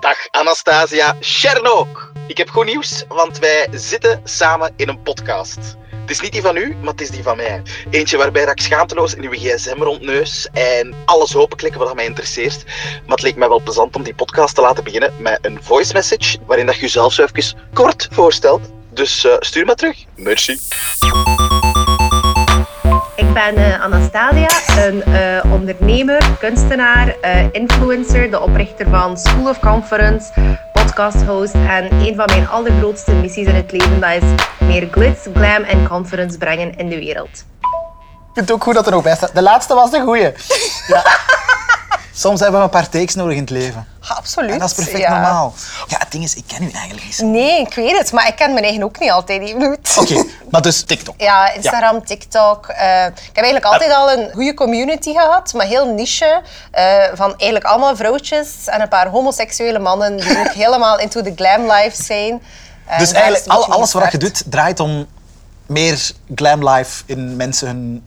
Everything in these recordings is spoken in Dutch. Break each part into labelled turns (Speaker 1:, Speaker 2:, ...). Speaker 1: Dag Anastasia Chernook. Ik heb goed nieuws, want wij zitten samen in een podcast. Het is niet die van u, maar het is die van mij. Eentje waarbij ik schaamteloos in uw gsm rondneus en alles openklikken wat mij interesseert. Maar het leek mij wel plezant om die podcast te laten beginnen met een voice message, waarin dat je jezelf zo even kort voorstelt. Dus eh, stuur maar terug. Merci.
Speaker 2: Ik ben eh, Anastasia, een eh, ondernemer, kunstenaar, eh, influencer, de oprichter van School of Conference, podcast host en een van mijn allergrootste missies in het leven dat is meer glitz, glam en conference brengen in de wereld.
Speaker 3: Ik vind het ook goed dat er nog bij staat. De laatste was de goeie. Ja. Soms hebben we een paar takes nodig in het leven.
Speaker 4: Ja, absoluut.
Speaker 3: En dat is perfect
Speaker 4: ja.
Speaker 3: normaal. Ja, het ding is, ik ken u eigenlijk niet.
Speaker 4: Nee, ik weet het, maar ik ken mijn eigen ook niet altijd even goed.
Speaker 3: Oké, maar dus TikTok.
Speaker 4: Ja, Instagram, TikTok. eh, ik heb eigenlijk altijd al een goede community gehad, maar heel niche. eh, van eigenlijk allemaal vrouwtjes en een paar homoseksuele mannen die ook helemaal into the glam life zijn. Eh,
Speaker 3: Dus
Speaker 4: daar is
Speaker 3: eigenlijk
Speaker 4: het een
Speaker 3: al,
Speaker 4: beetje
Speaker 3: alles wat je
Speaker 4: gestart.
Speaker 3: doet draait om meer glam life in mensen hun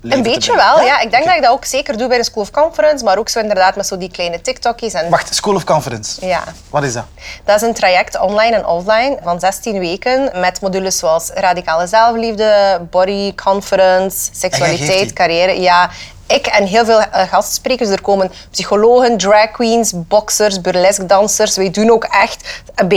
Speaker 3: leven
Speaker 4: Een
Speaker 3: te
Speaker 4: beetje
Speaker 3: brengen.
Speaker 4: wel, ja. Ik denk dat ik dat ook zeker doe bij de School of Conference, maar ook zo inderdaad met zo die kleine TikTokjes. En...
Speaker 3: Wacht, School of Conference.
Speaker 4: Ja.
Speaker 3: Wat is dat?
Speaker 4: Dat is een traject online en offline van 16 weken met modules zoals radicale zelfliefde, body conference,
Speaker 3: geeft die?
Speaker 4: seksualiteit, carrière. Ja, ik en heel veel eh, gastsprekers. Er komen psychologen, drag queens, boxers, burlesque dansers. Wij doen ook echt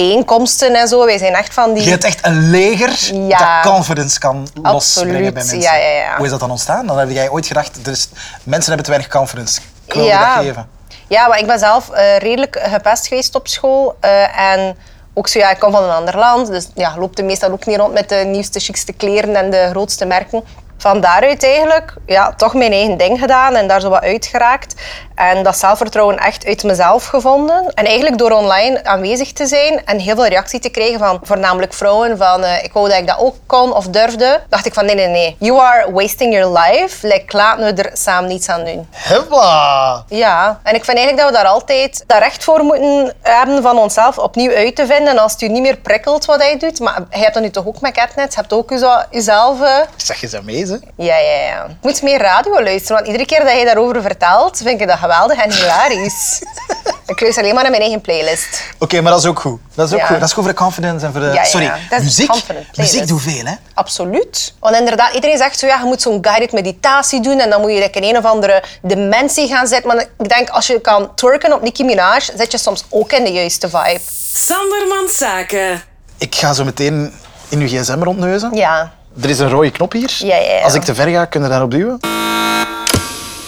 Speaker 4: bijeenkomsten en zo. Wij zijn echt van die...
Speaker 3: Je hebt echt een leger
Speaker 4: Ja.
Speaker 3: dat confidence kan losbrengen bij
Speaker 4: Absoluut.
Speaker 3: mensen.
Speaker 4: Ja, ja, ja.
Speaker 3: Hoe is dat dan ontstaan? Dan heb jij ooit gedacht, dus mensen hebben te weinig confidence. Ik wil dat geven.
Speaker 4: Ja, maar ik ben zelf eh, redelijk gepest geweest op school. eh, en ook zo, ja, ik kom van een ander land. Dus ja, loopte meestal ook niet rond met de nieuwste, chicste kleren en de grootste merken. Van daaruit eigenlijk, ja, toch mijn eigen ding gedaan en daar zo wat uitgeraakt. En dat zelfvertrouwen echt uit mezelf gevonden. En eigenlijk door online aanwezig te zijn en heel veel reactie te krijgen van voornamelijk vrouwen van eh, ik wou dat ik dat ook kon of durfde, dacht ik van nee, nee, nee. You are wasting your life. Like, laten we er samen niets aan doen.
Speaker 3: Hebla!
Speaker 4: Ja, en ik vind eigenlijk dat we daar altijd dat recht voor moeten hebben van onszelf opnieuw uit te vinden. Als het u niet meer prikkelt wat hij doet, maar je hebt dat nu toch ook met catnet, je hebt ook uzo- uzelf... eh,
Speaker 3: Zeg je ze mee, ze?
Speaker 4: Ja, ja, ja. Je moet meer radio luisteren, want iedere keer dat je daarover vertelt, vind ik dat geweldig en hilarisch. ik luister alleen maar naar mijn eigen playlist.
Speaker 3: Oké, maar dat is ook goed. Dat is ook
Speaker 4: Ja.
Speaker 3: goed. Dat is goed voor de confidence en voor de...
Speaker 4: ja, ja.
Speaker 3: Sorry,
Speaker 4: Dat is
Speaker 3: muziek.
Speaker 4: confident playlist.
Speaker 3: Muziek doet veel, hè?
Speaker 4: Absoluut. Want inderdaad, iedereen zegt zo, ja, je moet zo'n guided meditatie doen en dan moet je like, in een of andere dimensie gaan zitten. Maar ik denk, als je kan twerken op Nicki Minaj, zit je soms ook in de juiste vibe.
Speaker 5: Sandermans Zaken.
Speaker 3: Ik ga zo meteen in uw gsm rondneuzen.
Speaker 4: Ja.
Speaker 3: Er is een rode knop hier.
Speaker 4: Ja, ja, ja.
Speaker 3: Als ik te ver ga, kun je daarop duwen.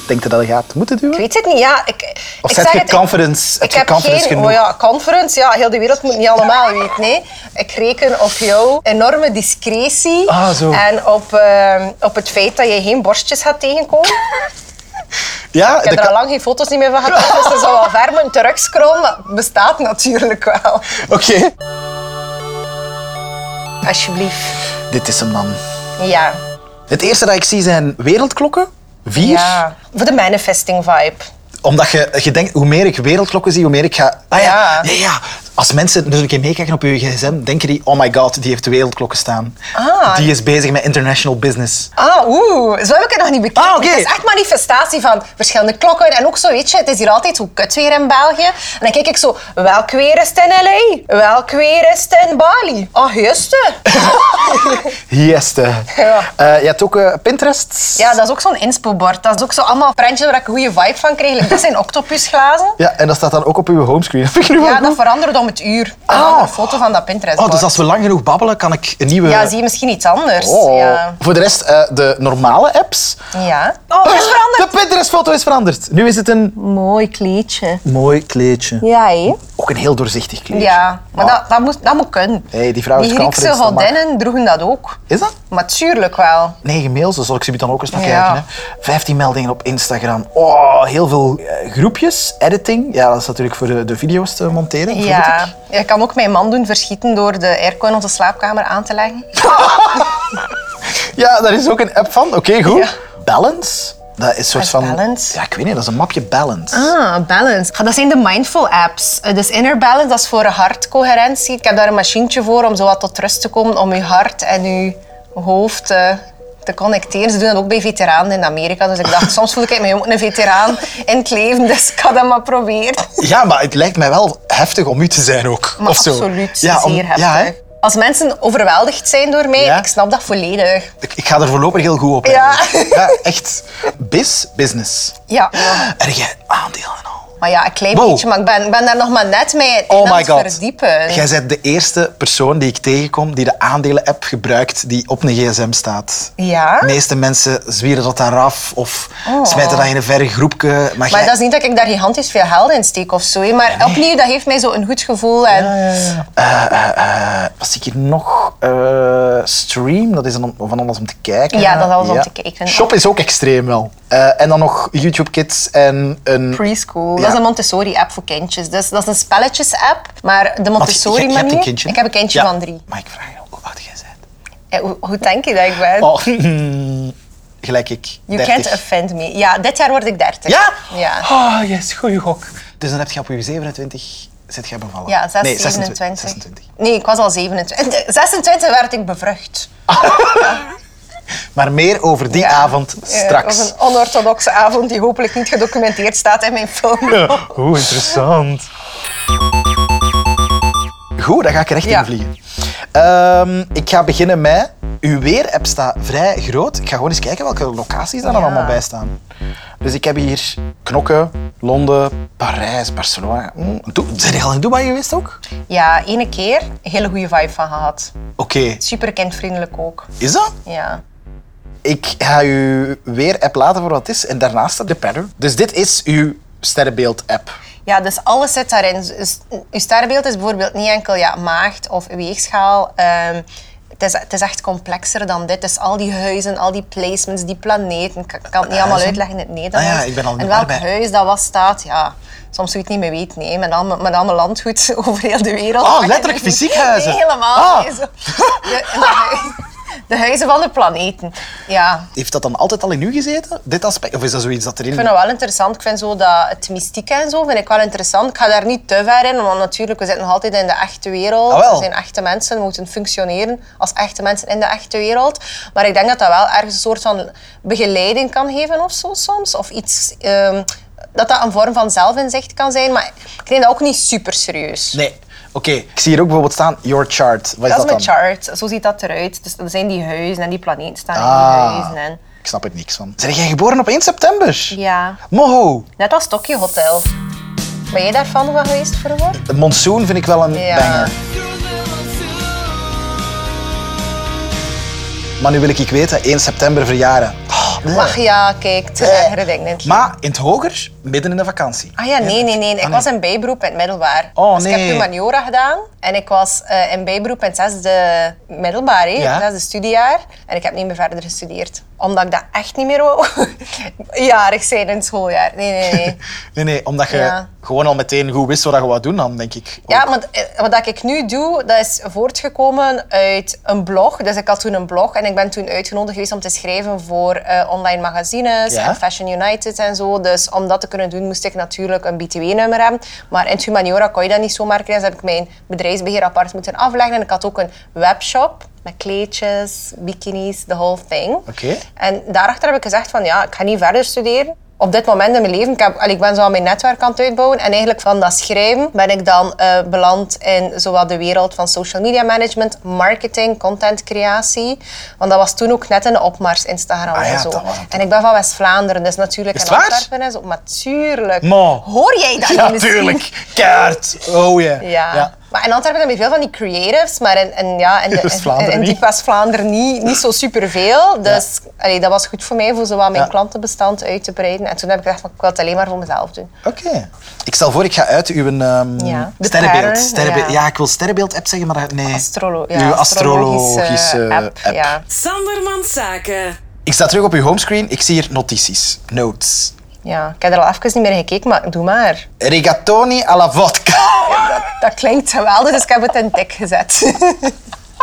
Speaker 3: Denk je dat je gaat moeten duwen?
Speaker 4: Ik weet het niet, ja. Ik,
Speaker 3: Of
Speaker 4: ik
Speaker 3: zet
Speaker 4: zeg
Speaker 3: je
Speaker 4: het,
Speaker 3: confidence,
Speaker 4: Ik,
Speaker 3: heb
Speaker 4: ik
Speaker 3: je
Speaker 4: heb
Speaker 3: confidence
Speaker 4: geen...
Speaker 3: genoeg?
Speaker 4: Oh ja, conference, ja, heel de wereld moet niet allemaal weten, nee. Ik reken op jou enorme discretie
Speaker 3: Ah, zo.
Speaker 4: en op, eh, op het feit dat je geen borstjes gaat tegenkomen.
Speaker 3: Ja,
Speaker 4: Ik heb er
Speaker 3: dat
Speaker 4: al
Speaker 3: kan-
Speaker 4: lang geen foto's niet meer van gehad, dus dat zou wel ver moeten terugscrollen, maar het bestaat natuurlijk wel.
Speaker 3: Oké.
Speaker 4: Alsjeblieft.
Speaker 3: Dit is een man.
Speaker 4: Ja.
Speaker 3: Het eerste dat ik zie zijn wereldklokken. Vier.
Speaker 4: ja. Voor de manifesting vibe.
Speaker 3: Omdat je, je denkt, hoe meer ik wereldklokken zie, hoe meer ik ga... Ah ja, ja.
Speaker 4: Ja.
Speaker 3: ja, Als mensen dus een keer meekijken op je gsm, denken die, oh my god, die heeft wereldklokken staan.
Speaker 4: Ah.
Speaker 3: Die is bezig met international business.
Speaker 4: Ah, oeh, zo heb ik het nog niet bekeken.
Speaker 3: Ah, oké.
Speaker 4: Het is echt manifestatie van verschillende klokken. En ook zo, weet je, het is hier altijd hoe kut weer in België. En dan kijk ik zo, welk weer is het in L.A.? Welk weer is het in Bali? Ah, juiste.
Speaker 3: Yes. eh.
Speaker 4: Ja.
Speaker 3: Eh, je hebt ook eh, Pinterest.
Speaker 4: ja, dat is ook zo'n inspo-bord. Dat is ook zo allemaal prentjes waar ik een goede vibe van kreeg. Like, Dat zijn octopusglazen.
Speaker 3: Ja, en dat staat dan ook op uw homescreen. Vind je nu wel
Speaker 4: Ja,
Speaker 3: goed?
Speaker 4: dat verandert om het uur. Dat
Speaker 3: Ah.
Speaker 4: is een foto van dat pinterest
Speaker 3: Oh, dus als we lang genoeg babbelen, kan ik een nieuwe...
Speaker 4: Ja, zie je misschien iets anders.
Speaker 3: Oh.
Speaker 4: Ja.
Speaker 3: Voor de rest, eh, de normale apps.
Speaker 4: ja. Oh, dat is veranderd.
Speaker 3: De Pinterest-foto is veranderd. Nu is het een
Speaker 4: Mooi kleedje.
Speaker 3: mooi kleedje.
Speaker 4: Ja, hé.
Speaker 3: Ook een heel doorzichtig kleedje.
Speaker 4: Ja, maar dat, dat, moet, dat moet kunnen.
Speaker 3: Hey, die vrouw is
Speaker 4: die Griekse
Speaker 3: confident, dat mag.
Speaker 4: godinnen droegen dat ook.
Speaker 3: Is dat?
Speaker 4: Maar tuurlijk wel.
Speaker 3: Negen mails, daar zal ik ze dan ook eens naar
Speaker 4: Ja.
Speaker 3: kijken. Hè. 15 meldingen op Instagram. Oh, heel veel eh, groepjes, editing. Ja, dat is natuurlijk voor de, de video's te monteren. vermoed
Speaker 4: Ja.
Speaker 3: ik.
Speaker 4: Je kan ook mijn man doen verschieten door de airco in onze slaapkamer aan te leggen.
Speaker 3: ja, daar is ook een app van. Oké, goed. Balance. Dat is een soort
Speaker 4: Wat is
Speaker 3: van.
Speaker 4: Balance?
Speaker 3: Ja, ik weet niet, dat is een mapje balance.
Speaker 4: Ah, balance. Ah, Dat zijn de mindful apps. Eh, Dus inner balance, dat is voor hartcoherentie. Ik heb daar een machientje voor om zo wat tot rust te komen, om je hart en je hoofd eh, te connecteren. Ze doen dat ook bij veteranen in Amerika. Dus ik dacht, soms voel ik me ook een veteraan in het leven, dus ik ga dat maar proberen.
Speaker 3: Ja, maar het lijkt mij wel heftig om u te zijn ook.
Speaker 4: Maar
Speaker 3: of zo.
Speaker 4: absoluut,
Speaker 3: om-
Speaker 4: zeer heftig.
Speaker 3: Ja, hè?
Speaker 4: Als mensen overweldigd zijn door mij,
Speaker 3: Ja.
Speaker 4: ik snap dat volledig.
Speaker 3: ik, ik ga er voorlopig heel goed op.
Speaker 4: Ja.
Speaker 3: eigenlijk. ja echt. Biz, business.
Speaker 4: Ja.
Speaker 3: Erg jij aandelen en al.
Speaker 4: Maar ja, een klein
Speaker 3: Wow.
Speaker 4: beetje, maar ik ben, ik ben daar nog maar net mee in
Speaker 3: Oh
Speaker 4: aan
Speaker 3: my
Speaker 4: het
Speaker 3: god.
Speaker 4: verdiepen.
Speaker 3: Jij bent de eerste persoon die ik tegenkom die de aandelen-app gebruikt die op een gsm staat.
Speaker 4: Ja?
Speaker 3: De meeste mensen zwieren dat eraf of
Speaker 4: Oh.
Speaker 3: smijten dat in een verre groepje. Maar,
Speaker 4: Maar
Speaker 3: jij-
Speaker 4: dat is niet dat ik daar gigantisch veel geld in steek of zo. hè. Maar opnieuw, dat geeft mij zo een goed gevoel. En...
Speaker 3: Eh, eh, eh, wat zie ik hier nog? Eh, stream, dat is dan om- van alles om te kijken.
Speaker 4: Ja, dat is alles om te kijken.
Speaker 3: Shop is ook extreem wel. Eh, en dan nog YouTube Kids en een...
Speaker 4: Preschool.
Speaker 3: Ja.
Speaker 4: Dat is een Montessori-app voor kindjes. Dus dat is een spelletjes-app, maar de
Speaker 3: Want je- je- je
Speaker 4: Montessori-manier...
Speaker 3: hebt een kindje.
Speaker 4: Ik heb een kindje
Speaker 3: Ja.
Speaker 4: van drie.
Speaker 3: Maar ik vraag je hoe oud jij bent.
Speaker 4: Eh, hoe, hoe denk je dat ik ben?
Speaker 3: Oh, gelijk ik.
Speaker 4: you
Speaker 3: 30.
Speaker 4: can't offend me. Ja, dit jaar word ik dertig.
Speaker 3: Ja?
Speaker 4: Ja.
Speaker 3: Oh, yes, goeie gok. Dus dan heb je op je 27 zit jij bevallen.
Speaker 4: Ja, 6,
Speaker 3: nee,
Speaker 4: 27.
Speaker 3: 26.
Speaker 4: Nee, ik was al 27. 26 werd ik bevrucht.
Speaker 3: Maar meer over die
Speaker 4: Ja.
Speaker 3: avond
Speaker 4: Eh,
Speaker 3: straks.
Speaker 4: Op een onorthodoxe avond die hopelijk niet gedocumenteerd staat in mijn film.
Speaker 3: Hoe interessant. Goed, daar ga ik er echt
Speaker 4: Ja.
Speaker 3: in vliegen. Ehm, ik ga beginnen met... Uw weer-app staat vrij groot. Ik ga gewoon eens kijken welke locaties daar dan
Speaker 4: Ja.
Speaker 3: allemaal bij staan. Dus ik heb hier Knokken, Londen, Parijs, Barcelona. Mm, Doe- zijn jullie al in Dubai geweest ook?
Speaker 4: Ja, ene keer. Hele goede vibe van gehad.
Speaker 3: Oké,
Speaker 4: Super kindvriendelijk ook.
Speaker 3: is dat?
Speaker 4: Ja.
Speaker 3: Ik ga u weer app laten voor wat het is en daarnaast staat de pattern. Dus dit is uw sterrenbeeld app.
Speaker 4: Ja, dus alles zit daarin. Dus Uw sterrenbeeld is bijvoorbeeld niet enkel ja, maagd of weegschaal. Ehm, het, is, het is echt complexer dan dit. Dus al die huizen, al die placements, die planeten. Ik kan het niet allemaal
Speaker 3: Huizen?
Speaker 4: uitleggen in het Nederlands.
Speaker 3: Ah ja, ik ben al in de
Speaker 4: En welk
Speaker 3: war bij.
Speaker 4: huis dat was staat, ja. Soms zou je het niet meer weten, nee. Met al mijn, met al mijn landgoed over heel de wereld.
Speaker 3: Oh, letterlijk fysiek huizen?
Speaker 4: Nee, helemaal
Speaker 3: Ah.
Speaker 4: niet. Zo. De, de huizen- de huizen van de planeten. Ja.
Speaker 3: Heeft dat dan altijd al in u gezeten, dit aspect? Of is dat zoiets dat erin...
Speaker 4: Ik vind dat wel interessant. Ik vind zo dat het mystiek en zo vind ik wel interessant. Ik ga daar niet te ver in, want natuurlijk, we zitten nog altijd in de echte wereld.
Speaker 3: Ah, wel.
Speaker 4: we zijn echte mensen, we moeten functioneren als echte mensen in de echte wereld. Maar ik denk dat dat wel ergens een soort van begeleiding kan geven of zo soms. Of iets, ehm, dat dat een vorm van zelfinzicht kan zijn. Maar ik neem dat ook niet super serieus.
Speaker 3: Nee. Oké. Ik zie hier ook bijvoorbeeld staan, your chart. Wat is
Speaker 4: Dat
Speaker 3: dat
Speaker 4: is mijn
Speaker 3: dan?
Speaker 4: chart. Zo ziet dat eruit. Dus er zijn die huizen en die planeten staan in die
Speaker 3: Ah.
Speaker 4: huizen. En,
Speaker 3: Ik snap er niks van. Zijn jij geboren op 1 september?
Speaker 4: ja.
Speaker 3: Moho.
Speaker 4: Net als Tokyo Hotel. Ben jij daar fan van geweest vroeger?
Speaker 3: Een monsoon vind ik wel een
Speaker 4: Ja.
Speaker 3: banger. Maar nu wil ik weten, 1 september verjaren. Oh, bleh.
Speaker 4: Ach ja, kijk, het is ergere dingen in het leven.
Speaker 3: Eh, Maar in het hoger, midden in de vakantie.
Speaker 4: Ah ja, nee, nee, nee. Ik
Speaker 3: Ah,
Speaker 4: was in bijberoep in het middelbaar.
Speaker 3: Oh,
Speaker 4: dus ik
Speaker 3: nee.
Speaker 4: heb humaniora gedaan. En ik was eh, in bijberoep in het zesde middelbaar, hè.
Speaker 3: Ja.
Speaker 4: het zesde studiejaar. En ik heb niet meer verder gestudeerd. Omdat ik dat echt niet meer wou. Jarig zijn in het schooljaar. Nee, nee, nee.
Speaker 3: Nee, nee, omdat je
Speaker 4: Ja.
Speaker 3: gewoon al meteen goed wist wat je wou doen dan, denk ik. oh.
Speaker 4: Ja, want eh, wat ik nu doe, dat is voortgekomen uit een blog. Dus ik had toen een blog en ik ben toen uitgenodigd geweest om te schrijven voor eh, online magazines
Speaker 3: Ja.
Speaker 4: en Fashion United en zo. Dus om dat te kunnen doen, moest ik natuurlijk een BTW-nummer hebben. Maar in het humaniora kon je dat niet zomaar krijgen. Dus heb ik mijn bedrijfsbeheer apart moeten afleggen. En ik had ook een webshop met kleedjes, bikinis, the whole thing.
Speaker 3: Oké.
Speaker 4: En daarachter heb ik gezegd van ja, ik ga niet verder studeren. Op dit moment in mijn leven, ik, heb, allee, ik ben zo aan mijn netwerk aan het uitbouwen. En eigenlijk van dat schrijven ben ik dan eh, beland in zowel de wereld van social media management, marketing, contentcreatie. Want dat was toen ook net in de opmars, Instagram
Speaker 3: Ah ja,
Speaker 4: en zo.
Speaker 3: dat was het.
Speaker 4: En ik ben van West-Vlaanderen, dus natuurlijk
Speaker 3: Is
Speaker 4: in
Speaker 3: het waar?
Speaker 4: Antwerpen en zo. Maar tuurlijk.
Speaker 3: Maar-
Speaker 4: Hoor jij dat
Speaker 3: Ja,
Speaker 4: niet misschien?
Speaker 3: tuurlijk. Kaart. Oh yeah.
Speaker 4: Ja. Maar in Antwerpen heb je veel van die creatives, maar in, in, ja, in, de-
Speaker 3: West-Vlaanderen
Speaker 4: in, in diep
Speaker 3: niet.
Speaker 4: West-Vlaanderen niet, niet zo superveel. Dus allee, dat was goed voor mij, voor zowel mijn
Speaker 3: Ja.
Speaker 4: klantenbestand uit te breiden. En toen heb ik gedacht, van, ik wil het alleen maar voor mezelf doen.
Speaker 3: Oké. Ik stel voor, ik ga uit uw ehm,
Speaker 4: Ja. De
Speaker 3: sterrenbeeld.
Speaker 4: pattern,
Speaker 3: sterrenbeeld.
Speaker 4: ja.
Speaker 3: Ja. ik wil sterrenbeeld-app zeggen, maar dat- nee.
Speaker 4: Astrolo ja,
Speaker 3: uw astrologische
Speaker 4: astrologische
Speaker 3: app.
Speaker 4: Ja.
Speaker 5: Sanderman Zaken.
Speaker 3: Ik sta terug op uw homescreen. Ik zie hier notities. Notes.
Speaker 4: ja, ik heb er al even niet meer gekeken, maar doe maar.
Speaker 3: Rigatoni alla
Speaker 4: Oh!
Speaker 3: vodka.
Speaker 4: Dat klinkt geweldig, dus ik heb het in dik gezet.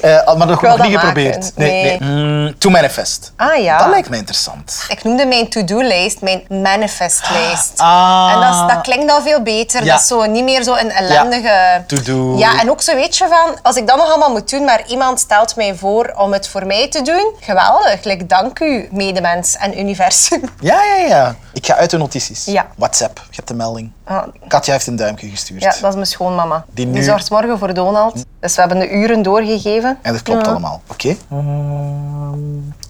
Speaker 3: Eh, maar nog,
Speaker 4: wil
Speaker 3: nog niet
Speaker 4: dat maken.
Speaker 3: geprobeerd. Nee, nee. Mm, to manifest.
Speaker 4: Ah, ja.
Speaker 3: Dat lijkt me interessant.
Speaker 4: ik noemde mijn to-do-lijst mijn manifest-lijst.
Speaker 3: Ah.
Speaker 4: En dat, is- dat klinkt al veel beter.
Speaker 3: Ja.
Speaker 4: Dat is zo niet meer zo'n ellendige...
Speaker 3: To-do.
Speaker 4: Ja, en ook zo weet je van, als ik dat nog allemaal moet doen, maar iemand stelt mij voor om het voor mij te doen, geweldig. Like, dank u, medemens en universum.
Speaker 3: Ja, ja, ja. Ik ga uit de notities.
Speaker 4: Ja.
Speaker 3: WhatsApp, je hebt de melding.
Speaker 4: Ah,
Speaker 3: Katja heeft een duimpje gestuurd.
Speaker 4: ja, dat is mijn schoonmama.
Speaker 3: Die
Speaker 4: Die,
Speaker 3: nu-
Speaker 4: zorgt morgen voor Donald. Dus we hebben de uren doorgegeven.
Speaker 3: En dat klopt
Speaker 4: Ja.
Speaker 3: allemaal. Oké. Ehm,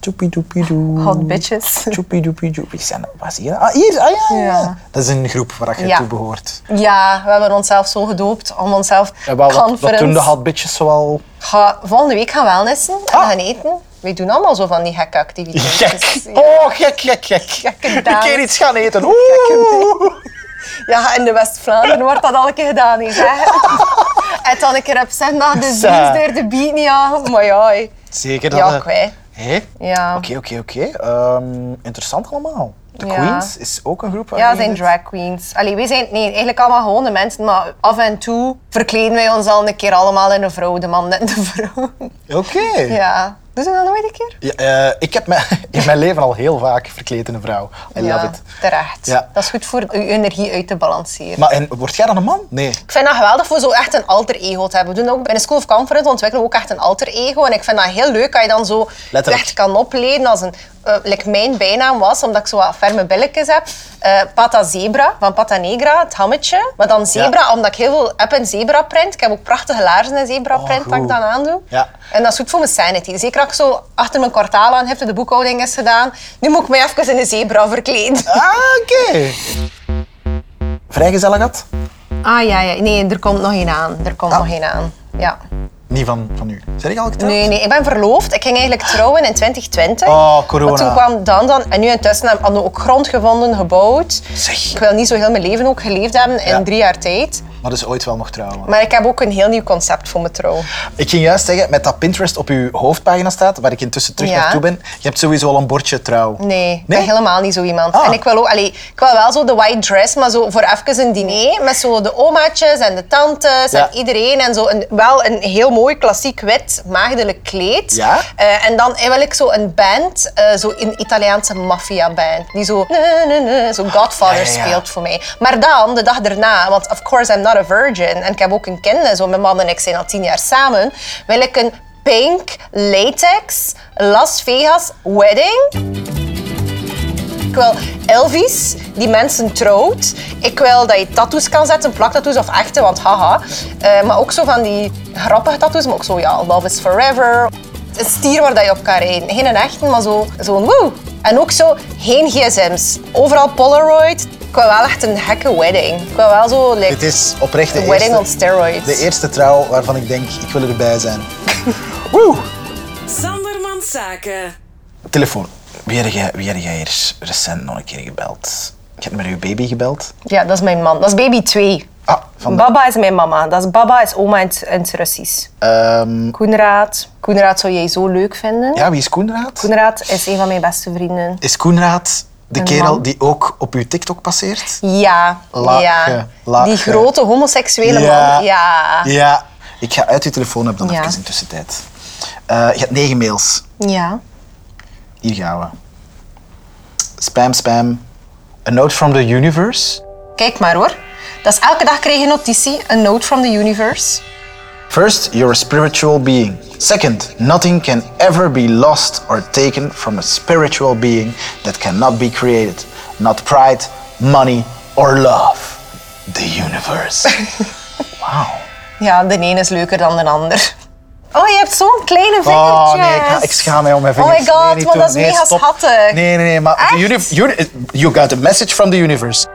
Speaker 3: Tjoepiedoepiedoe.
Speaker 4: Hot bitches.
Speaker 3: Tjoepiedoepiedoe. Zijn- Waar zie je dat? Ah, hier. Ah, ja, ja, ja.
Speaker 4: Ja.
Speaker 3: Dat is een groep waar je
Speaker 4: Ja.
Speaker 3: toe behoort.
Speaker 4: Ja, we hebben onszelf zo gedoopt om onszelf
Speaker 3: En wel, wat, wat
Speaker 4: conference-
Speaker 3: doen de hotbitches zoal?
Speaker 4: Ga- volgende week gaan we wellnessen en
Speaker 3: Ah.
Speaker 4: gaan eten. We doen allemaal zo van die gekke activiteiten.
Speaker 3: Gek.
Speaker 4: Dus, ja.
Speaker 3: Oh, gek, gek, gek.
Speaker 4: Gekke
Speaker 3: Een
Speaker 4: dames.
Speaker 3: keer iets gaan eten. Oeh.
Speaker 4: Ja, in de West-Vlaanderen wordt dat al een keer gedaan. Hè. en dan een keer op zondag de
Speaker 3: Sa.
Speaker 4: dinsdag de beat niet aan. Maar ja, hè.
Speaker 3: Zeker dat...
Speaker 4: ja,
Speaker 3: eh,
Speaker 4: kwijt.
Speaker 3: Hé?
Speaker 4: Ja.
Speaker 3: Oké, oké, oké. Ehm, Interessant allemaal. De
Speaker 4: Ja.
Speaker 3: Queens is ook een groep. waar
Speaker 4: Ja,
Speaker 3: je
Speaker 4: zijn
Speaker 3: dit-
Speaker 4: drag queens. Allee, wij zijn nee, eigenlijk allemaal gewone mensen, maar af en toe verkleden wij ons al een keer allemaal in een vrouw, de man en de vrouw.
Speaker 3: Oké.
Speaker 4: Ja. Doen ze dat nooit een keer?
Speaker 3: Ja, eh, ik heb me in mijn leven al heel vaak verkleed in een vrouw. I love
Speaker 4: ja,
Speaker 3: it.
Speaker 4: terecht.
Speaker 3: Ja.
Speaker 4: Dat is goed voor uw energie uit te balanceren.
Speaker 3: Maar en, word jij dan een man? Nee.
Speaker 4: Ik vind dat geweldig voor zo echt een alter ego te hebben. We doen ook bij de School of Conference ontwikkelen we ook echt een alter ego. En ik vind dat heel leuk dat je dan zo
Speaker 3: Letterlijk.
Speaker 4: echt kan opleden als een... eh, like mijn bijnaam was, omdat ik zo wat ferme billetjes heb, eh, Pata Zebra van Pata Negra, het hammetje. Maar dan zebra,
Speaker 3: Ja.
Speaker 4: omdat ik heel veel heb in zebra print. Ik heb ook prachtige laarzen in zebra print
Speaker 3: Oh,
Speaker 4: dat
Speaker 3: goed.
Speaker 4: ik dan aandoe.
Speaker 3: Ja.
Speaker 4: En dat is goed voor mijn sanity. Zeker als ik zo achter mijn kwartaal aan heb, de boekhouding is gedaan. Nu moet ik mij even in een zebra verkleden.
Speaker 3: Ah, oké. Vrijgezellig had?
Speaker 4: Ah ja, ja. nee, er komt nog één aan. Er komt
Speaker 3: Ah.
Speaker 4: nog één aan. Ja.
Speaker 3: Niet van, van u. Zeg ik al getrouwd?
Speaker 4: Nee, nee, ik ben verloofd. Ik ging eigenlijk trouwen in 2020.
Speaker 3: Oh, corona.
Speaker 4: Maar toen kwam Dan dan. En nu intussen hebben we ook grond gevonden, gebouwd.
Speaker 3: Zeg.
Speaker 4: Ik wil niet zo heel mijn leven ook geleefd hebben in
Speaker 3: Ja.
Speaker 4: drie jaar tijd.
Speaker 3: Maar dus ooit wel nog trouwen.
Speaker 4: Maar ik heb ook een heel nieuw concept voor mijn trouw.
Speaker 3: Ik ging juist zeggen, met dat Pinterest op uw hoofdpagina staat, waar ik intussen terug
Speaker 4: Ja.
Speaker 3: naartoe ben, je hebt sowieso al een bordje trouw.
Speaker 4: Nee, ik ben helemaal niet zo iemand.
Speaker 3: Ah.
Speaker 4: En ik wil, ook, allee, ik wil wel zo de white dress, maar zo voor even een diner met zo de omaatjes en de tantes
Speaker 3: Ja.
Speaker 4: en iedereen. En zo een, wel een heel mooi klassiek wit maagdelijk kleed.
Speaker 3: Ja.
Speaker 4: Eh, en dan wil ik zo een band, eh, zo een Italiaanse maffia-band, die zo, ne, ne, ne, zo Godfather
Speaker 3: Ja, ja, ja.
Speaker 4: speelt voor mij. Maar dan, de dag daarna, want of course I'm not a virgin en ik heb ook een kind, en zo, mijn man en ik zijn al tien jaar samen, wil ik een pink latex Las Vegas wedding. Ik wil Elvis, die mensen trouwt. Ik wil dat je tattoos kan zetten, plaktattoos of echte, want haha. Eh, maar ook zo van die grappige tattoos, maar ook zo, ja, love is forever. Een stier waar dat je op kan rijden. Geen een echte, maar zo- zo'n woe. En ook zo, geen gsm's. Overal Polaroid. Ik wil wel echt een gekke wedding. Ik wil wel zo, like,
Speaker 3: Dit is oprecht de
Speaker 4: een wedding on
Speaker 3: eerste,
Speaker 4: steroids.
Speaker 3: de eerste trouw waarvan ik denk, ik wil erbij zijn. Woe!
Speaker 5: Sandermans Zaken.
Speaker 3: Telefoon. Wie heb jij, wie heb jij hier recent nog een keer gebeld? Ik heb met uw baby gebeld.
Speaker 4: Ja, dat is mijn man. Dat is baby 2.
Speaker 3: Ah, van de-
Speaker 4: Baba is mijn mama. Dat is baba is oma in het, in het Russisch.
Speaker 3: Ehm,
Speaker 4: Koenraad. Koenraad zou jij zo leuk vinden.
Speaker 3: ja, wie is Koenraad?
Speaker 4: Koenraad is een van mijn beste vrienden.
Speaker 3: Is Koenraad de
Speaker 4: Een
Speaker 3: kerel
Speaker 4: man.
Speaker 3: die ook op uw TikTok passeert?
Speaker 4: Ja,
Speaker 3: Lachen,
Speaker 4: ja.
Speaker 3: lachen.
Speaker 4: Die grote homoseksuele man. Ja.
Speaker 3: Ja. Ik ga uit uw telefoon hebben dan
Speaker 4: Ja.
Speaker 3: even in tussentijd. Eh je hebt negen mails.
Speaker 4: ja.
Speaker 3: Hier gaan we. Spam, spam. A note from the universe.
Speaker 4: Kijk maar hoor. Dat is elke dag krijg je notitie, een note from the universe.
Speaker 3: First, you're a spiritual being. Second, nothing can ever be lost or taken from a spiritual being that cannot be created. Not pride, money or love. The universe. Wauw.
Speaker 4: Ja, de een is leuker dan de ander. Oh, je hebt zo'n kleine vingertjes.
Speaker 3: Oh nee, ik, ga- ik schaam mij om mijn vingers.
Speaker 4: Oh my god,
Speaker 3: Nee, niet
Speaker 4: maar
Speaker 3: doen.
Speaker 4: dat is
Speaker 3: Nee,
Speaker 4: mega
Speaker 3: stop.
Speaker 4: schattig.
Speaker 3: Nee, nee, nee, maar the
Speaker 4: Echt?
Speaker 3: uni- uni- you got a message from the universe.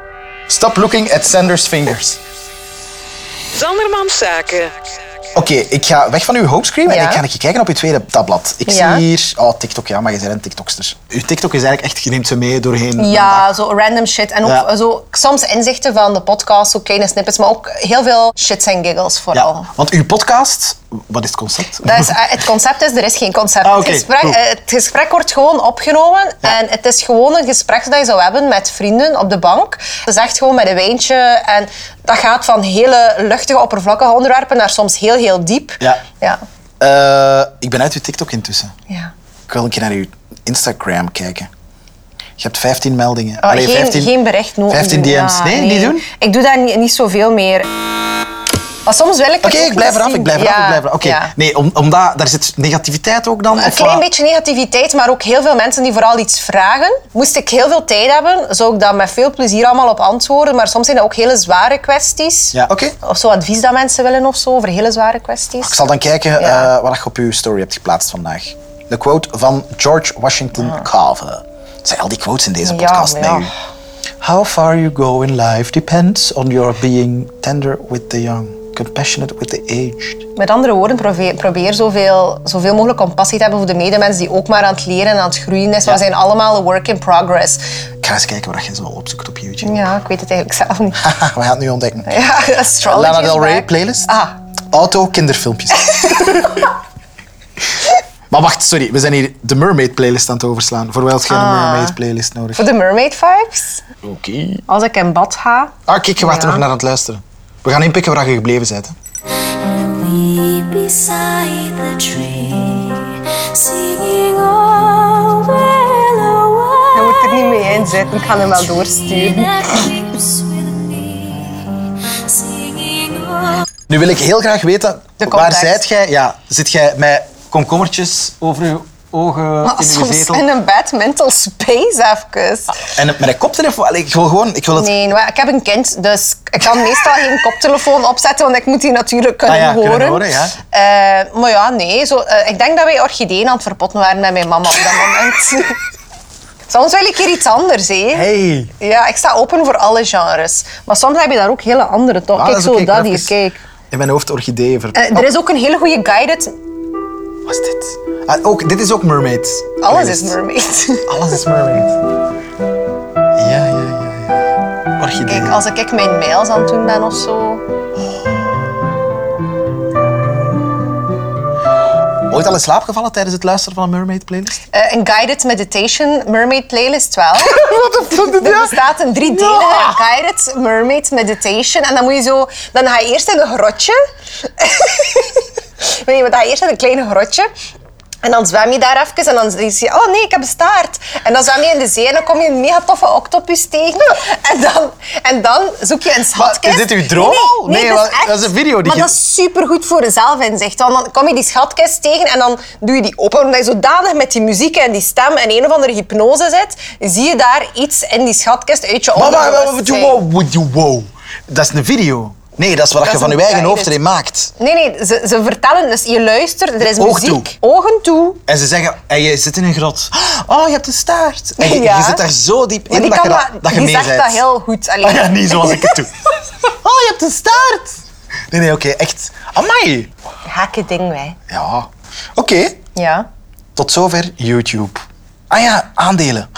Speaker 3: Stop looking at Sanders' fingers.
Speaker 5: Sandermans Zaken.
Speaker 3: Oké, ik ga weg van uw homescreen en
Speaker 4: Ja.
Speaker 3: ik ga een keer kijken op uw tweede tabblad. Ik
Speaker 4: Ja.
Speaker 3: zie hier... Oh, TikTok, ja, maar je bent een TikTokster. Uw TikTok is eigenlijk echt, je neemt ze mee doorheen. de dag.
Speaker 4: Ja, zo random shit. En ook
Speaker 3: Ja.
Speaker 4: zo, soms inzichten van de podcast, zo kleine snippets, maar ook heel veel shits en giggles vooral.
Speaker 3: ja. Want uw podcast, wat is het concept?
Speaker 4: Dat is, eh, het concept is, er is geen concept.
Speaker 3: Ah, oké,
Speaker 4: het, gesprek,
Speaker 3: cool.
Speaker 4: eh, het gesprek wordt gewoon opgenomen.
Speaker 3: Ja.
Speaker 4: En het is gewoon een gesprek dat je zou hebben met vrienden op de bank. Het is echt gewoon met een wijntje. En dat gaat van hele luchtige, oppervlakkige onderwerpen naar soms heel, heel diep.
Speaker 3: Ja.
Speaker 4: Ja.
Speaker 3: Eh, ik ben uit uw TikTok intussen.
Speaker 4: ja.
Speaker 3: Ik wil een keer naar uw Instagram kijken. Je hebt 15 meldingen.
Speaker 4: Oh,
Speaker 3: Allee,
Speaker 4: geen, geen bericht nodig.
Speaker 3: 15 DM's.
Speaker 4: Ja,
Speaker 3: nee, die doen?
Speaker 4: Ik doe daar niet, niet zoveel meer. Maar soms wil ik het
Speaker 3: Oké,
Speaker 4: ook
Speaker 3: ik blijf
Speaker 4: niet
Speaker 3: eraf,
Speaker 4: zien.
Speaker 3: ik blijf eraf,
Speaker 4: Ja,
Speaker 3: ik blijf eraf. Oké,
Speaker 4: ja.
Speaker 3: nee, om- omdat daar zit negativiteit ook dan?
Speaker 4: Een
Speaker 3: of
Speaker 4: klein
Speaker 3: wat?
Speaker 4: beetje negativiteit, maar ook heel veel mensen die vooral iets vragen. Moest ik heel veel tijd hebben, zou ik daar met veel plezier allemaal op antwoorden. Maar soms zijn dat ook hele zware kwesties.
Speaker 3: Ja, oké.
Speaker 4: Of zo advies dat mensen willen of zo, over hele zware kwesties.
Speaker 3: Ik zal dan kijken
Speaker 4: Ja.
Speaker 3: eh, wat je op je story hebt geplaatst vandaag. De quote van George Washington Carver. Het zijn al die quotes in deze
Speaker 4: Ah. Ja,
Speaker 3: podcast
Speaker 4: maar ja.
Speaker 3: nu. How far you go in life depends on your being tender with the young, compassionate with the aged.
Speaker 4: Met andere woorden, probeer, probeer zoveel, zoveel mogelijk compassie te hebben voor de medemens die ook maar aan het leren en aan het groeien is. We zijn allemaal een work in progress.
Speaker 3: Ik ga eens kijken wat je zo opzoekt op YouTube.
Speaker 4: Ja, ik weet het eigenlijk zelf niet.
Speaker 3: Haha, we gaan het nu ontdekken.
Speaker 4: Ja, astrology
Speaker 3: Lana
Speaker 4: is
Speaker 3: Del Rey
Speaker 4: back.
Speaker 3: playlist?
Speaker 4: Ah.
Speaker 3: Auto, kinderfilmpjes. maar wacht, sorry. We zijn hier de Mermaid playlist aan het overslaan. Voor welk geen
Speaker 4: Ah.
Speaker 3: Mermaid playlist nodig?
Speaker 4: Voor de mermaid vibes.
Speaker 3: Oké.
Speaker 4: Als ik in bad ga.
Speaker 3: Ah, kijk, je was er
Speaker 4: Ja.
Speaker 3: nog naar aan het luisteren. We gaan inpikken waar je gebleven bent. Hè.
Speaker 6: We beside the tree, singing all well away.
Speaker 4: Hij moet er niet mee in zitten. Ik ga hem wel doorsturen.
Speaker 6: That creeps with me, singing "Oh, all
Speaker 3: Nu wil ik heel graag weten,
Speaker 4: De
Speaker 3: waar
Speaker 4: context.
Speaker 3: zijt jij? Ja, zit jij met komkommertjes over je ogen
Speaker 4: Maar
Speaker 3: in je
Speaker 4: soms
Speaker 3: zetel? Ah.
Speaker 4: in een bad mental space even.
Speaker 3: En met een koptelefoon? Allee, Ik wil gewoon... Ik wil het...
Speaker 4: Nee, maar ik heb een kind, dus ik kan meestal geen koptelefoon opzetten, want ik moet die natuurlijk kunnen
Speaker 3: Ah ja, kunnen
Speaker 4: horen.
Speaker 3: horen, ja.
Speaker 4: Eh, maar ja, nee. Zo, eh, ik denk dat wij orchideeën aan het verpotten waren met mijn mama op dat moment. soms wil ik hier iets anders, hè.
Speaker 3: Hey.
Speaker 4: Ja, ik sta open voor alle genres. Maar soms heb je daar ook hele andere, toch?
Speaker 3: Ah,
Speaker 4: kijk,
Speaker 3: dat is
Speaker 4: zo
Speaker 3: oké, ik
Speaker 4: dat
Speaker 3: wil
Speaker 4: hier,
Speaker 3: even-
Speaker 4: kijk.
Speaker 3: In mijn hoofd orchideeën ver...
Speaker 4: Eh, er is ook een hele goede guided...
Speaker 3: Oh, wat is dit? Ah, ook, dit is ook Mermaid.
Speaker 4: Alles is
Speaker 3: playlist.
Speaker 4: mermaid.
Speaker 3: Alles is mermaid. Ja, ja, ja. ja. Orchidee.
Speaker 4: Kijk, als ik ik mijn mails aan het doen ben of zo...
Speaker 3: Ooit al in slaap gevallen tijdens het luisteren van een mermaid playlist?
Speaker 4: Eh, een guided meditation mermaid playlist wel.
Speaker 3: Wat de fuck dit
Speaker 4: Er bestaat een driedelige guided mermaid meditation. En dan moet je zo... Dan ga je eerst in een grotje. nee, maar dan ga je eerst in een kleine grotje. En dan zwem je daar even en dan zie je, oh nee, ik heb een staart. En dan zwem je in de zee en dan kom je een mega toffe octopus tegen. En dan, en dan zoek je een schatkist.
Speaker 3: is dit uw droom?
Speaker 4: Nee, nee,
Speaker 3: Nee,
Speaker 4: dat,
Speaker 3: wel,
Speaker 4: is echt.
Speaker 3: dat is een video die
Speaker 4: Maar
Speaker 3: je-
Speaker 4: dat is supergoed voor je zelfinzicht. Want dan kom je die schatkist tegen en dan doe je die open. Omdat je zodanig met die muziek en die stem en een of andere hypnose zit, zie je daar iets in die schatkist uit je
Speaker 3: Maar wacht,
Speaker 4: onderbewustzijn.
Speaker 3: wacht, wacht, wow, wow, wow, wow. Dat is een video. Nee, dat is wat
Speaker 4: Dat
Speaker 3: je
Speaker 4: is
Speaker 3: van
Speaker 4: een
Speaker 3: je eigen
Speaker 4: guided.
Speaker 3: hoofd erin maakt.
Speaker 4: Nee, nee, ze, ze vertellen, dus je luistert, er is
Speaker 3: Oog
Speaker 4: muziek.
Speaker 3: toe.
Speaker 4: Ogen toe.
Speaker 3: En ze zeggen, en je zit in een grot. Oh, je hebt een staart. En je,
Speaker 4: Ja.
Speaker 3: je zit daar zo diep
Speaker 4: Maar
Speaker 3: in
Speaker 4: die,
Speaker 3: dat je,
Speaker 4: kan
Speaker 3: dat,
Speaker 4: dat,
Speaker 3: dat je
Speaker 4: die
Speaker 3: mee
Speaker 4: zegt
Speaker 3: bent.
Speaker 4: dat heel goed. Allee.
Speaker 3: Ah ja, niet zoals ik het doe.
Speaker 4: Oh, je hebt een staart.
Speaker 3: Nee, nee, oké, echt. Amai.
Speaker 4: Hakke ding, wij.
Speaker 3: Ja. Oké,
Speaker 4: Ja.
Speaker 3: tot zover YouTube. Ah ja, aandelen.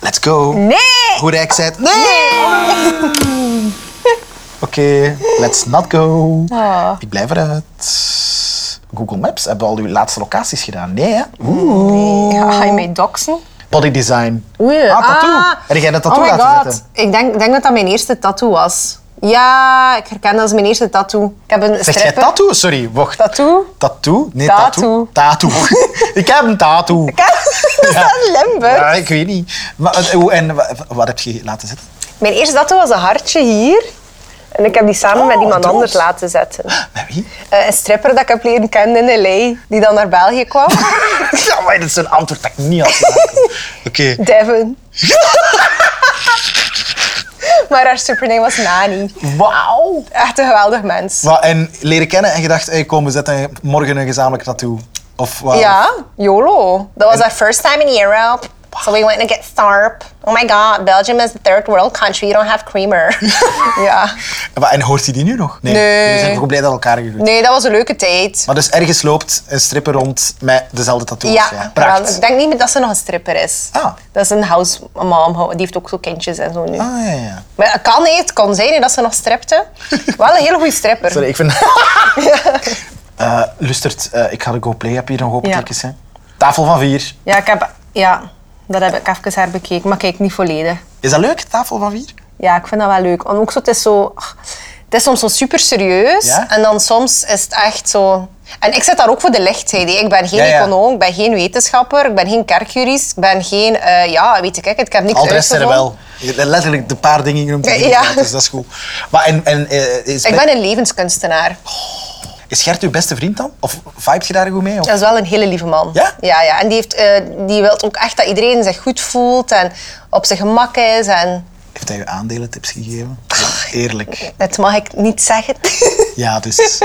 Speaker 3: Let's go.
Speaker 4: Nee!
Speaker 3: Hoe rijk zijt? Nee! Oké, let's not go.
Speaker 4: Ah.
Speaker 3: Ik blijf eruit. Google Maps, hebben we al uw laatste locaties gedaan? Nee, hè? Oeh.
Speaker 4: Ja, Ga je mij doxen?
Speaker 3: Body design.
Speaker 4: Oei,
Speaker 3: Ah, tattoo.
Speaker 4: ah.
Speaker 3: Heb jij een tattoo
Speaker 4: oh my
Speaker 3: laten
Speaker 4: God.
Speaker 3: zetten?
Speaker 4: Ik denk, ik denk dat dat mijn eerste tattoo was. Ja, ik herken dat is mijn eerste tattoo. Ik heb een
Speaker 3: Zeg jij
Speaker 4: stripper.
Speaker 3: tattoo? Sorry, wacht.
Speaker 4: Tattoo?
Speaker 3: Tattoo? Nee,
Speaker 4: Tattoo.
Speaker 3: tattoo. Tattoo. ik heb een tattoo.
Speaker 4: dat is uit Limburg.
Speaker 3: Ja, ik weet niet. Maar, eh, hoe- en wa- wat heb je laten zitten?
Speaker 4: Mijn eerste tattoo was een hartje hier. En ik heb die samen
Speaker 3: Oh,
Speaker 4: met iemand
Speaker 3: trots.
Speaker 4: anders laten zetten.
Speaker 3: Met wie?
Speaker 4: Eh, een stripper dat ik heb leren kennen in L.A. Die dan naar België kwam.
Speaker 3: Ja, maar dat is een antwoord dat ik niet had gedacht. Oké.
Speaker 4: Devin. maar haar supername was Nani.
Speaker 3: Wauw.
Speaker 4: Echt een geweldig mens.
Speaker 3: Wat, en leren kennen en gedacht, hey, kom, we zetten morgen een gezamenlijk tattoo. Of wat?
Speaker 4: Ja, YOLO. Dat was our first time in Europe. So we went to get Tharp. Oh my god, Belgium is a third world country. You don't have creamer. ja.
Speaker 3: Wat, En hoort hij die nu nog?
Speaker 4: Nee.
Speaker 3: We zijn toch blij dat elkaar gegroeid.
Speaker 4: Nee, dat was een leuke tijd.
Speaker 3: Maar dus ergens loopt een stripper rond met dezelfde tattoos.
Speaker 4: Ja,
Speaker 3: Pracht.
Speaker 4: wel, ik denk niet meer dat ze nog een stripper is.
Speaker 3: Ah.
Speaker 4: Dat is een house mom. Die heeft ook zo kindjes en zo nu.
Speaker 3: Ah, ja, ja.
Speaker 4: Maar het kan, hè. het kon zijn hè, dat ze nog stripte. Wel een hele goede stripper.
Speaker 3: Sorry, ik vind... Eh, Lustert, eh, ik ga de GoPlay-app hier nog openklikken. hè. Tafel van vier.
Speaker 4: Ja, ik heb, ja, dat heb ik even herbekeken, maar kijk, niet volledig.
Speaker 3: Is dat leuk, tafel van vier?
Speaker 4: Ja, ik vind dat wel leuk. Want ook zo, het is zo... ach, Het is soms zo super serieus
Speaker 3: Ja?
Speaker 4: en dan soms is het echt zo... En ik zit daar ook voor de lichtheid. hè. Ik ben geen
Speaker 3: Ja, ja.
Speaker 4: econoom, ik ben geen wetenschapper, ik ben geen kerkjurist, ik ben geen... eh, ja, weet ik, ik heb niks
Speaker 3: Al de rest zijn er
Speaker 4: uitgevonden.
Speaker 3: wel. Je- Letterlijk de paar dingen genoemd. die
Speaker 4: Ja.
Speaker 3: je hebt, Dus dat is goed. Maar en, en, eh, is,
Speaker 4: Ik ben een levenskunstenaar.
Speaker 3: is Gert uw beste vriend dan? Of vibet je daar goed mee? Of?
Speaker 4: Dat is wel een hele lieve man.
Speaker 3: Ja?
Speaker 4: Ja, ja. En die, heeft, eh, die wil ook echt dat iedereen zich goed voelt en op zijn gemak is. En
Speaker 3: Heeft hij u aandelentips gegeven?
Speaker 4: Ah,
Speaker 3: Eerlijk.
Speaker 4: dat mag ik niet zeggen.
Speaker 3: Ja, dus.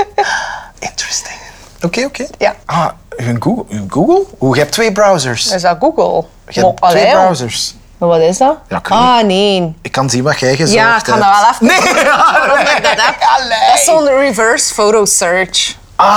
Speaker 3: Interesting. Oké, oké.
Speaker 4: Ja.
Speaker 3: Ah, hun Google? Hun Google? Hoe, je hebt twee browsers.
Speaker 4: is dat Google?
Speaker 3: je hebt
Speaker 4: Maar,
Speaker 3: twee
Speaker 4: allee, oh.
Speaker 3: browsers.
Speaker 4: Maar wat is dat?
Speaker 3: Ja, ik weet
Speaker 4: ah, nee.
Speaker 3: Ik kan zien wat jij gezorgd
Speaker 4: Ja, ik
Speaker 3: hebt.
Speaker 4: kan dat wel afkomen.
Speaker 3: Nee,
Speaker 4: Waarom dat ik dat heb?
Speaker 3: Allee.
Speaker 4: Dat is zo'n er reverse photo search.
Speaker 3: Ah,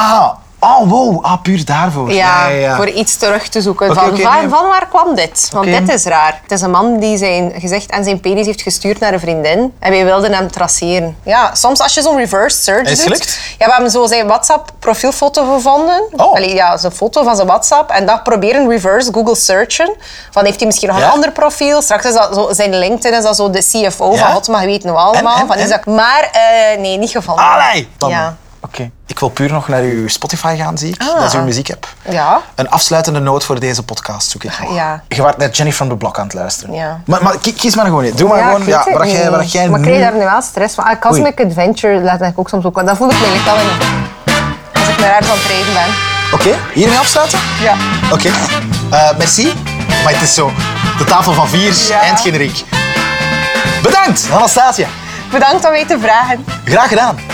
Speaker 3: oh, wow. Ah, puur daarvoor.
Speaker 4: Ja, voor iets terug te zoeken.
Speaker 3: Oké,
Speaker 4: van,
Speaker 3: oké,
Speaker 4: waar,
Speaker 3: nee.
Speaker 4: van waar kwam dit? Want
Speaker 3: Oké.
Speaker 4: dit is raar. Het is een man die zijn gezicht en zijn penis heeft gestuurd naar een vriendin. En wij wilden hem traceren. Ja, soms als je zo'n reverse search
Speaker 3: Is
Speaker 4: doet...
Speaker 3: gelukt?
Speaker 4: Ja, we hebben zo zijn WhatsApp-profielfoto gevonden.
Speaker 3: Oh.
Speaker 4: Allee, ja, zo'n foto van zijn WhatsApp. En dan proberen reverse Google searchen. Van, heeft hij misschien nog
Speaker 3: Ja?
Speaker 4: een ander profiel? Straks is dat zo, zijn LinkedIn is dat zo de CFO
Speaker 3: Ja?
Speaker 4: van God mag weten we allemaal.
Speaker 3: En, en,
Speaker 4: van, is
Speaker 3: en?
Speaker 4: dat- Maar eh, nee, niet gevonden.
Speaker 3: Allee. Dan.
Speaker 4: Ja. Ah.
Speaker 3: Oké. Ik wil puur nog naar uw Spotify gaan, zie ik. Dat is uw muziekapp.
Speaker 4: Ja.
Speaker 3: Een afsluitende noot voor deze podcast zoek ik nog.
Speaker 4: Ja.
Speaker 3: Je was net Jenny from the Block aan het luisteren.
Speaker 4: Ja.
Speaker 3: Maar, maar ki- kies maar gewoon in. Doe maar
Speaker 4: Ja,
Speaker 3: gewoon
Speaker 4: ik weet
Speaker 3: ja,
Speaker 4: het
Speaker 3: waar jij,
Speaker 4: niet.
Speaker 3: waar jij
Speaker 4: maar
Speaker 3: nu...
Speaker 4: ik krijg daar nu wel stress van. Ah, Cosmic Adventure laat ik ook soms ook wel. Dat voel ik me eigenlijk al in. Als ik me daar van treden ben.
Speaker 3: Oké, hiermee afsluiten?
Speaker 4: Ja.
Speaker 3: Oké. Eh, merci. Maar het is zo. De tafel van vier,
Speaker 4: Ja.
Speaker 3: eindgeneriek. Bedankt, Anastasia.
Speaker 4: Bedankt om mee te vragen.
Speaker 3: Graag gedaan.